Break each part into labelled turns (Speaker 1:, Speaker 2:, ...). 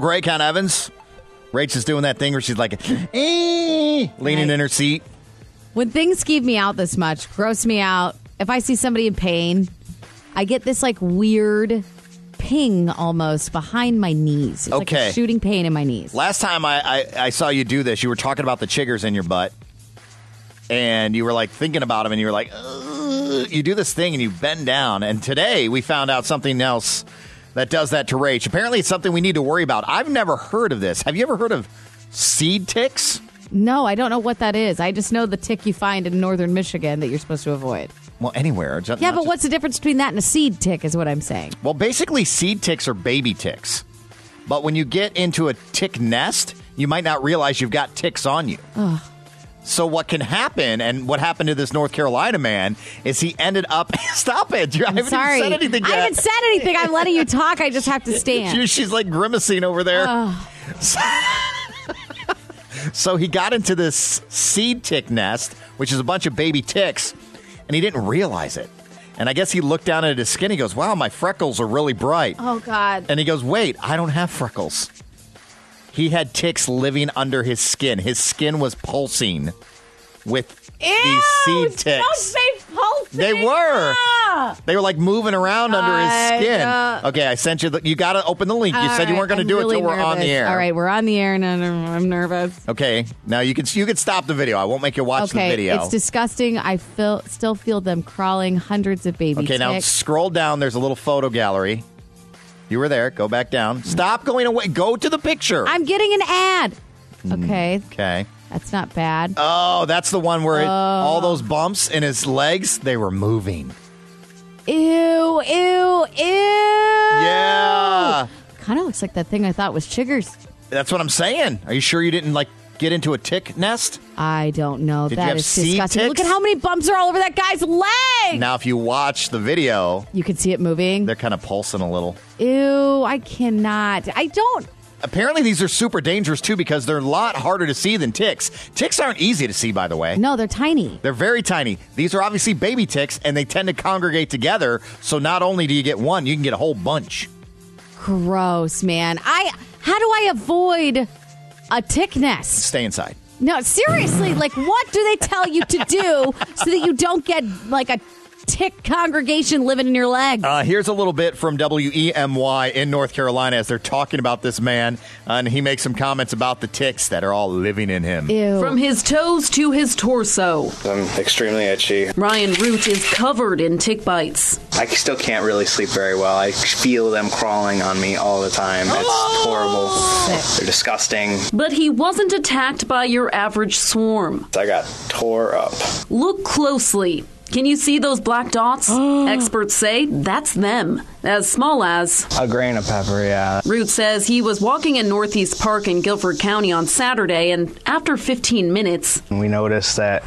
Speaker 1: Raycon Evans. Rach is doing that thing where she's like, "Eh," leaning
Speaker 2: Right.
Speaker 1: in her seat.
Speaker 2: When things skeeve me out this much, gross me out, if I see somebody in pain, I get this like weird ping almost behind my knees. It's like a
Speaker 1: Okay.
Speaker 2: shooting pain in my knees.
Speaker 1: Last time I, I, I saw you do this, you were talking about the chiggers in your butt. And you were like thinking about them and you were like, "Ugh." you do this thing and you bend down. And today we found out something else that does that to Rach. Apparently it's something we need to worry about. I've never heard of this. Have you ever heard of seed ticks?
Speaker 2: No, I don't know what that is. I just know the tick you find in northern Michigan that you're supposed to avoid.
Speaker 1: Well, anywhere. It's not
Speaker 2: Yeah, but
Speaker 1: just-
Speaker 2: what's the difference between that and a seed tick is what I'm saying.
Speaker 1: Well, basically, seed ticks are baby ticks. But when you get into a tick nest, you might not realize you've got ticks on you. So, what can happen, and what happened to this North Carolina man, is he ended up. Stop it. You haven't even
Speaker 2: Sorry.
Speaker 1: said anything
Speaker 2: I
Speaker 1: yet.
Speaker 2: haven't said anything. I'm letting you talk. I just have to stand.
Speaker 1: She- she's like grimacing over there. So, so he got into this seed tick nest, which is a bunch of baby ticks, and he didn't realize it. And I guess he looked down at his skin. He goes, "Wow, my freckles are really bright."
Speaker 2: Oh God.
Speaker 1: And he goes, Wait, I don't have freckles. He had ticks living under his skin. His skin was pulsing with these seed ticks. They were.
Speaker 2: Ah.
Speaker 1: They were like moving around under his
Speaker 2: I
Speaker 1: skin.
Speaker 2: don't-
Speaker 1: okay, I sent you. The, you got to open the link. You said you weren't going to do it till we're on the air.
Speaker 2: All right, we're on the air and I'm I'm nervous.
Speaker 1: Okay. Now you can you can stop the video. I won't make you watch
Speaker 2: okay,
Speaker 1: the video.
Speaker 2: it's disgusting. I feel still feel them crawling hundreds of baby
Speaker 1: Okay, now
Speaker 2: ticks.
Speaker 1: scroll down. There's a little photo gallery. You were there. Go back down. Stop going away. Go to the picture.
Speaker 2: I'm getting an ad. Okay,
Speaker 1: Hmm, okay.
Speaker 2: that's not bad.
Speaker 1: Oh, that's the one where it, all those bumps in his legs, they were moving.
Speaker 2: ew, ew, ew.
Speaker 1: Yeah.
Speaker 2: Kind of looks like that thing I thought was chiggers.
Speaker 1: That's what I'm saying. Are you sure you didn't like get into a tick nest?
Speaker 2: I don't know.
Speaker 1: Did you
Speaker 2: That
Speaker 1: have
Speaker 2: is
Speaker 1: seed
Speaker 2: disgusting. Look at
Speaker 1: ticks?
Speaker 2: how many bumps are all over that guy's leg.
Speaker 1: Now if you watch the video,
Speaker 2: You can see it moving.
Speaker 1: they're kind of pulsing a little.
Speaker 2: Ew, I cannot. I don't.
Speaker 1: Apparently these are super dangerous too because they're a lot harder to see than ticks. Ticks aren't easy to see by the way.
Speaker 2: No, they're tiny.
Speaker 1: They're very tiny. These are obviously baby ticks and they tend to congregate together, so not only do you get one, you can get a whole bunch.
Speaker 2: Gross, man. I how do I avoid a tick nest?
Speaker 1: Stay inside.
Speaker 2: No, seriously, like what do they tell you to do so that you don't get like a tick congregation living in your leg?
Speaker 1: Uh, here's a little bit from WEMY in North Carolina as they're talking about this man, and he makes some comments about the ticks that are all living in him.
Speaker 2: Ew.
Speaker 3: From his toes to his torso,
Speaker 4: I'm extremely itchy.
Speaker 3: Ryan Root is covered in tick bites.
Speaker 4: I still can't really sleep very well. I feel them crawling on me all the time. It's horrible. They're disgusting.
Speaker 3: But he wasn't attacked by your average swarm.
Speaker 4: I got tore up.
Speaker 3: Look closely. Can you see those black dots? Experts say that's them, as small as.
Speaker 4: A grain of pepper, yeah.
Speaker 3: Root says he was walking in Northeast Park in Guilford County on Saturday, and after 15 minutes,
Speaker 4: We noticed that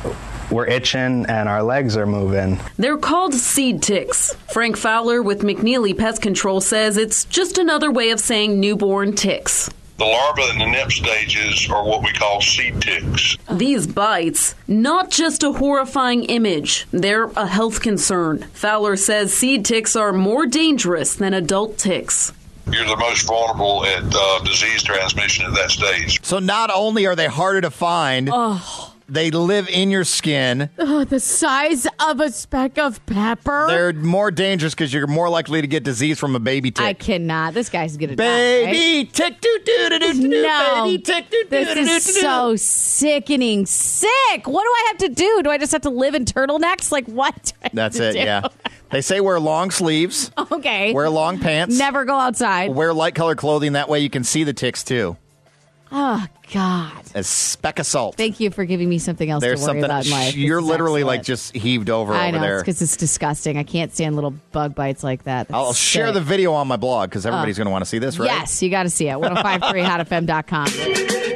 Speaker 4: we're itching and our legs are moving.
Speaker 3: They're called seed ticks. Frank Fowler with McNeely Pest Control says it's just another way of saying newborn ticks.
Speaker 5: The larva and the nymph stages are what we call seed ticks.
Speaker 3: These bites, not just a horrifying image, they're a health concern. Fowler says seed ticks are more dangerous than adult ticks.
Speaker 5: You're the most vulnerable at uh, disease transmission at that stage.
Speaker 1: So not only are they harder to find, they live in your skin.
Speaker 2: the size of a speck of pepper.
Speaker 1: They're more dangerous because you're more likely to get disease from a baby
Speaker 2: I
Speaker 1: tick.
Speaker 2: cannot. This guy's gonna die. right?
Speaker 1: baby tick, doo doo doo doo doo. doo,
Speaker 2: No.
Speaker 1: baby tick, doo doo doo doo
Speaker 2: This
Speaker 1: doo.
Speaker 2: is so sickening. Sick. What do I have to do? Do I just have to live in turtlenecks? Like what? do I have
Speaker 1: That's
Speaker 2: to
Speaker 1: it.
Speaker 2: do?
Speaker 1: Yeah, they say wear long sleeves,
Speaker 2: Okay.
Speaker 1: wear long pants,
Speaker 2: Oh Never go outside.
Speaker 1: wear light colored clothing. That way you can see the ticks too.
Speaker 2: Oh God.
Speaker 1: A speck of salt.
Speaker 2: Thank you for giving me something else
Speaker 1: There's
Speaker 2: to worry
Speaker 1: something
Speaker 2: about in life. This
Speaker 1: you're
Speaker 2: is
Speaker 1: literally like
Speaker 2: excellent.
Speaker 1: just heaved over
Speaker 2: I
Speaker 1: over
Speaker 2: know
Speaker 1: there.
Speaker 2: because it's, disgusting. I can't stand little bug bites like that. That's
Speaker 1: I'll share
Speaker 2: sick. Uh, oh
Speaker 1: the video on my blog because everybody's going to want to see this, right?
Speaker 2: Yes, you got to see it. 1053hotfm.com.